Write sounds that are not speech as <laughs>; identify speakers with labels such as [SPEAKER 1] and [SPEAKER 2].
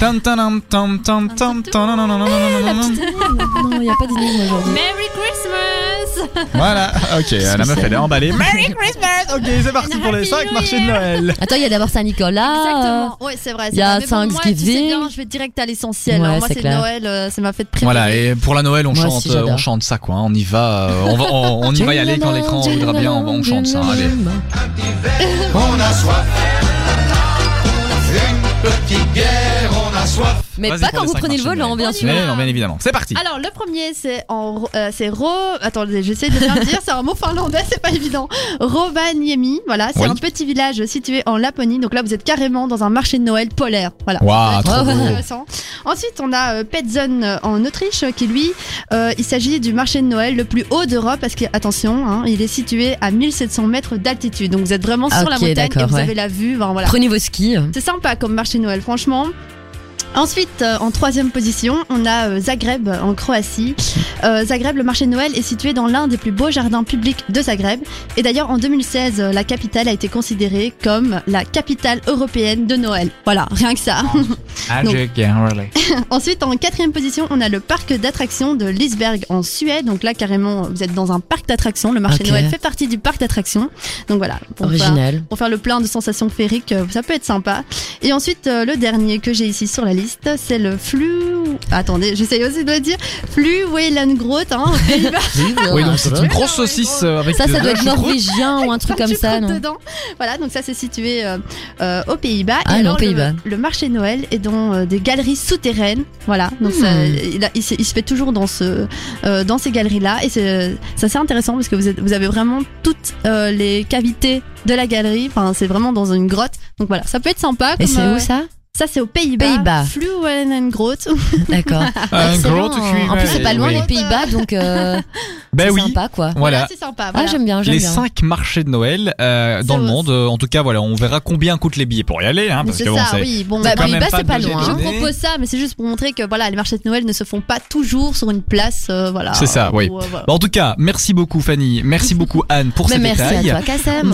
[SPEAKER 1] Tam tam tam tam tam tam tam tam tam tam
[SPEAKER 2] Non, il n'y a pas d'énigme aujourd'hui.
[SPEAKER 3] Merry Christmas
[SPEAKER 1] Voilà, ok, la meuf elle est emballée. Merry Christmas Ok, c'est parti pour les 5
[SPEAKER 3] Happy New
[SPEAKER 1] marchés de Noël.
[SPEAKER 2] Attends, il y a d'abord Saint-Nicolas.
[SPEAKER 3] Exactement, ouais, c'est vrai.
[SPEAKER 2] Euh, il y a
[SPEAKER 3] c'est vrai. Mais bon, moi, tu sais
[SPEAKER 2] Thanksgiving.
[SPEAKER 3] bien, je vais direct à l'essentiel.
[SPEAKER 2] Ouais,
[SPEAKER 3] hein. Moi,
[SPEAKER 2] c'est
[SPEAKER 3] c'est
[SPEAKER 2] clair.
[SPEAKER 3] Noël, euh, c'est ma fête préférée.
[SPEAKER 1] <laughs> Voilà, et pour la Noël, on
[SPEAKER 2] Moi
[SPEAKER 1] chante
[SPEAKER 2] aussi, j'adore.
[SPEAKER 1] on chante ça quoi. hein. On y va, euh, on, va on, on y va y aller quand l'écran voudra bien, on, va- on chante ça. hein, Allez.
[SPEAKER 4] On a soif. Une petite bière, on a soif.
[SPEAKER 2] Mais
[SPEAKER 1] Vas-y,
[SPEAKER 2] pas
[SPEAKER 1] pour
[SPEAKER 2] quand
[SPEAKER 1] les
[SPEAKER 2] vous
[SPEAKER 1] cinq
[SPEAKER 2] prenez le
[SPEAKER 1] marchés de
[SPEAKER 2] volant,
[SPEAKER 1] Noël.
[SPEAKER 2] bien sûr.
[SPEAKER 1] Mais non, bien évidemment. C'est parti
[SPEAKER 3] Alors, le premier, c'est en, ro- euh, c'est Ro, attendez, j'essaie de bien le dire, c'est un mot finlandais, c'est pas évident. Rovaniemi, voilà, c'est
[SPEAKER 1] Oui.
[SPEAKER 3] un petit village situé en Laponie. Donc là, vous êtes carrément dans un marché de Noël polaire. Voilà.
[SPEAKER 2] Oh.
[SPEAKER 1] Waouh,
[SPEAKER 3] Ouais,
[SPEAKER 1] trop
[SPEAKER 3] ouais,
[SPEAKER 1] beau.
[SPEAKER 3] intéressant. Ensuite, on a euh, Petzen euh, en Autriche, euh, qui lui, euh, il s'agit du marché de Noël le plus haut d'Europe, parce que, attention, hein, il est situé à 1700 mètres d'altitude. Donc vous êtes vraiment sur
[SPEAKER 2] Ok,
[SPEAKER 3] la montagne et
[SPEAKER 2] d'accord,
[SPEAKER 3] vous
[SPEAKER 2] ouais.
[SPEAKER 3] avez la vue. ben, voilà.
[SPEAKER 2] Prenez vos skis. hein,
[SPEAKER 3] C'est sympa comme marché de Noël, franchement. Ensuite, euh, en troisième position, on a euh, Zagreb en Croatie. Euh, Zagreb, le marché de Noël est situé dans l'un des plus beaux jardins publics de Zagreb. Et d'ailleurs, en 2016, euh, la capitale a été considérée comme la capitale européenne de Noël. Voilà, rien que ça. <laughs> Ensuite, en quatrième position, on a le parc d'attractions de Lisberg en Suède. Donc là, carrément, vous êtes dans un parc d'attractions. Le marché de
[SPEAKER 2] Ok.
[SPEAKER 3] Noël fait partie du parc d'attractions. Donc voilà, pour faire-
[SPEAKER 2] Original.
[SPEAKER 3] pour faire le plein de sensations féeriques, euh, ça peut être sympa. Et ensuite, euh, le dernier que j'ai ici sur la liste, c'est le Flu... Attendez, j'essaye aussi de le dire.
[SPEAKER 2] <laughs>
[SPEAKER 3] Fluwelengroth, hein, aux Pays-Bas.
[SPEAKER 1] Oui, donc c'est une grosse
[SPEAKER 3] Ouais, ouais,
[SPEAKER 1] saucisse
[SPEAKER 3] ouais.
[SPEAKER 1] euh, avec
[SPEAKER 2] Ça,
[SPEAKER 1] de
[SPEAKER 2] ça doit
[SPEAKER 1] la
[SPEAKER 2] être
[SPEAKER 1] choucroute.
[SPEAKER 2] norvégien ou un truc
[SPEAKER 3] Quand
[SPEAKER 2] comme
[SPEAKER 3] tu
[SPEAKER 2] ça,
[SPEAKER 3] crottes
[SPEAKER 2] non
[SPEAKER 3] dedans. Voilà, donc ça c'est situé euh, euh, aux Pays-Bas.
[SPEAKER 2] Ah,
[SPEAKER 3] Et
[SPEAKER 2] non,
[SPEAKER 3] alors,
[SPEAKER 2] aux Pays-Bas.
[SPEAKER 3] Le, le marché de Noël est dans euh, des galeries souterraines. Voilà, donc
[SPEAKER 2] Hmm.
[SPEAKER 3] ça, il, a- il se, il se fait toujours dans ce euh, dans ces galeries là et c'est ça c'est intéressant parce que vous êtes, vous avez vraiment toutes euh, les cavités de la galerie. Enfin, c'est vraiment dans une grotte. Donc voilà, ça peut être sympa.
[SPEAKER 2] Et
[SPEAKER 3] comme,
[SPEAKER 2] c'est
[SPEAKER 3] euh,
[SPEAKER 2] où <laughs> ça
[SPEAKER 3] ça, c'est aux Pays-Bas.
[SPEAKER 2] Pays-Bas.
[SPEAKER 3] Fluelengroth.
[SPEAKER 2] D'accord.
[SPEAKER 1] Un gros
[SPEAKER 2] Excellent.
[SPEAKER 1] cuir,
[SPEAKER 2] En plus, c'est
[SPEAKER 1] ouais,
[SPEAKER 2] pas loin
[SPEAKER 1] oui.
[SPEAKER 2] des Pays-Bas, donc euh,
[SPEAKER 1] Ben
[SPEAKER 2] c'est
[SPEAKER 1] oui,
[SPEAKER 2] sympa, quoi.
[SPEAKER 1] voilà.
[SPEAKER 3] c'est sympa.
[SPEAKER 2] Ah,
[SPEAKER 3] voilà.
[SPEAKER 2] j'aime bien, j'aime
[SPEAKER 1] Les
[SPEAKER 2] bien.
[SPEAKER 1] 5 marchés de Noël euh, dans
[SPEAKER 3] C'est
[SPEAKER 1] le
[SPEAKER 3] vrai.
[SPEAKER 1] monde. Euh, En tout cas, voilà, on verra combien coûtent les billets pour y aller. Hein,
[SPEAKER 3] Mais
[SPEAKER 1] parce
[SPEAKER 3] c'est
[SPEAKER 1] que bon,
[SPEAKER 3] ça,
[SPEAKER 1] c'est-
[SPEAKER 3] oui. Bon,
[SPEAKER 2] Bah,
[SPEAKER 1] quand même
[SPEAKER 2] Pays-Bas,
[SPEAKER 1] pas
[SPEAKER 2] c'est
[SPEAKER 1] de
[SPEAKER 2] pas
[SPEAKER 1] budget
[SPEAKER 2] loin,
[SPEAKER 3] je
[SPEAKER 2] hein.
[SPEAKER 1] donné.
[SPEAKER 3] propose ça, mais c'est juste pour montrer que voilà, les marchés de Noël ne se font pas toujours sur une place. euh, voilà.
[SPEAKER 1] C'est ça, oui.
[SPEAKER 3] Ou, euh, voilà.
[SPEAKER 2] <laughs>
[SPEAKER 1] Bon, en tout cas, merci beaucoup Fanny, merci beaucoup Anne pour
[SPEAKER 2] Mais
[SPEAKER 1] ces
[SPEAKER 2] Ben, merci
[SPEAKER 1] détails.
[SPEAKER 2] à toi, Kassem.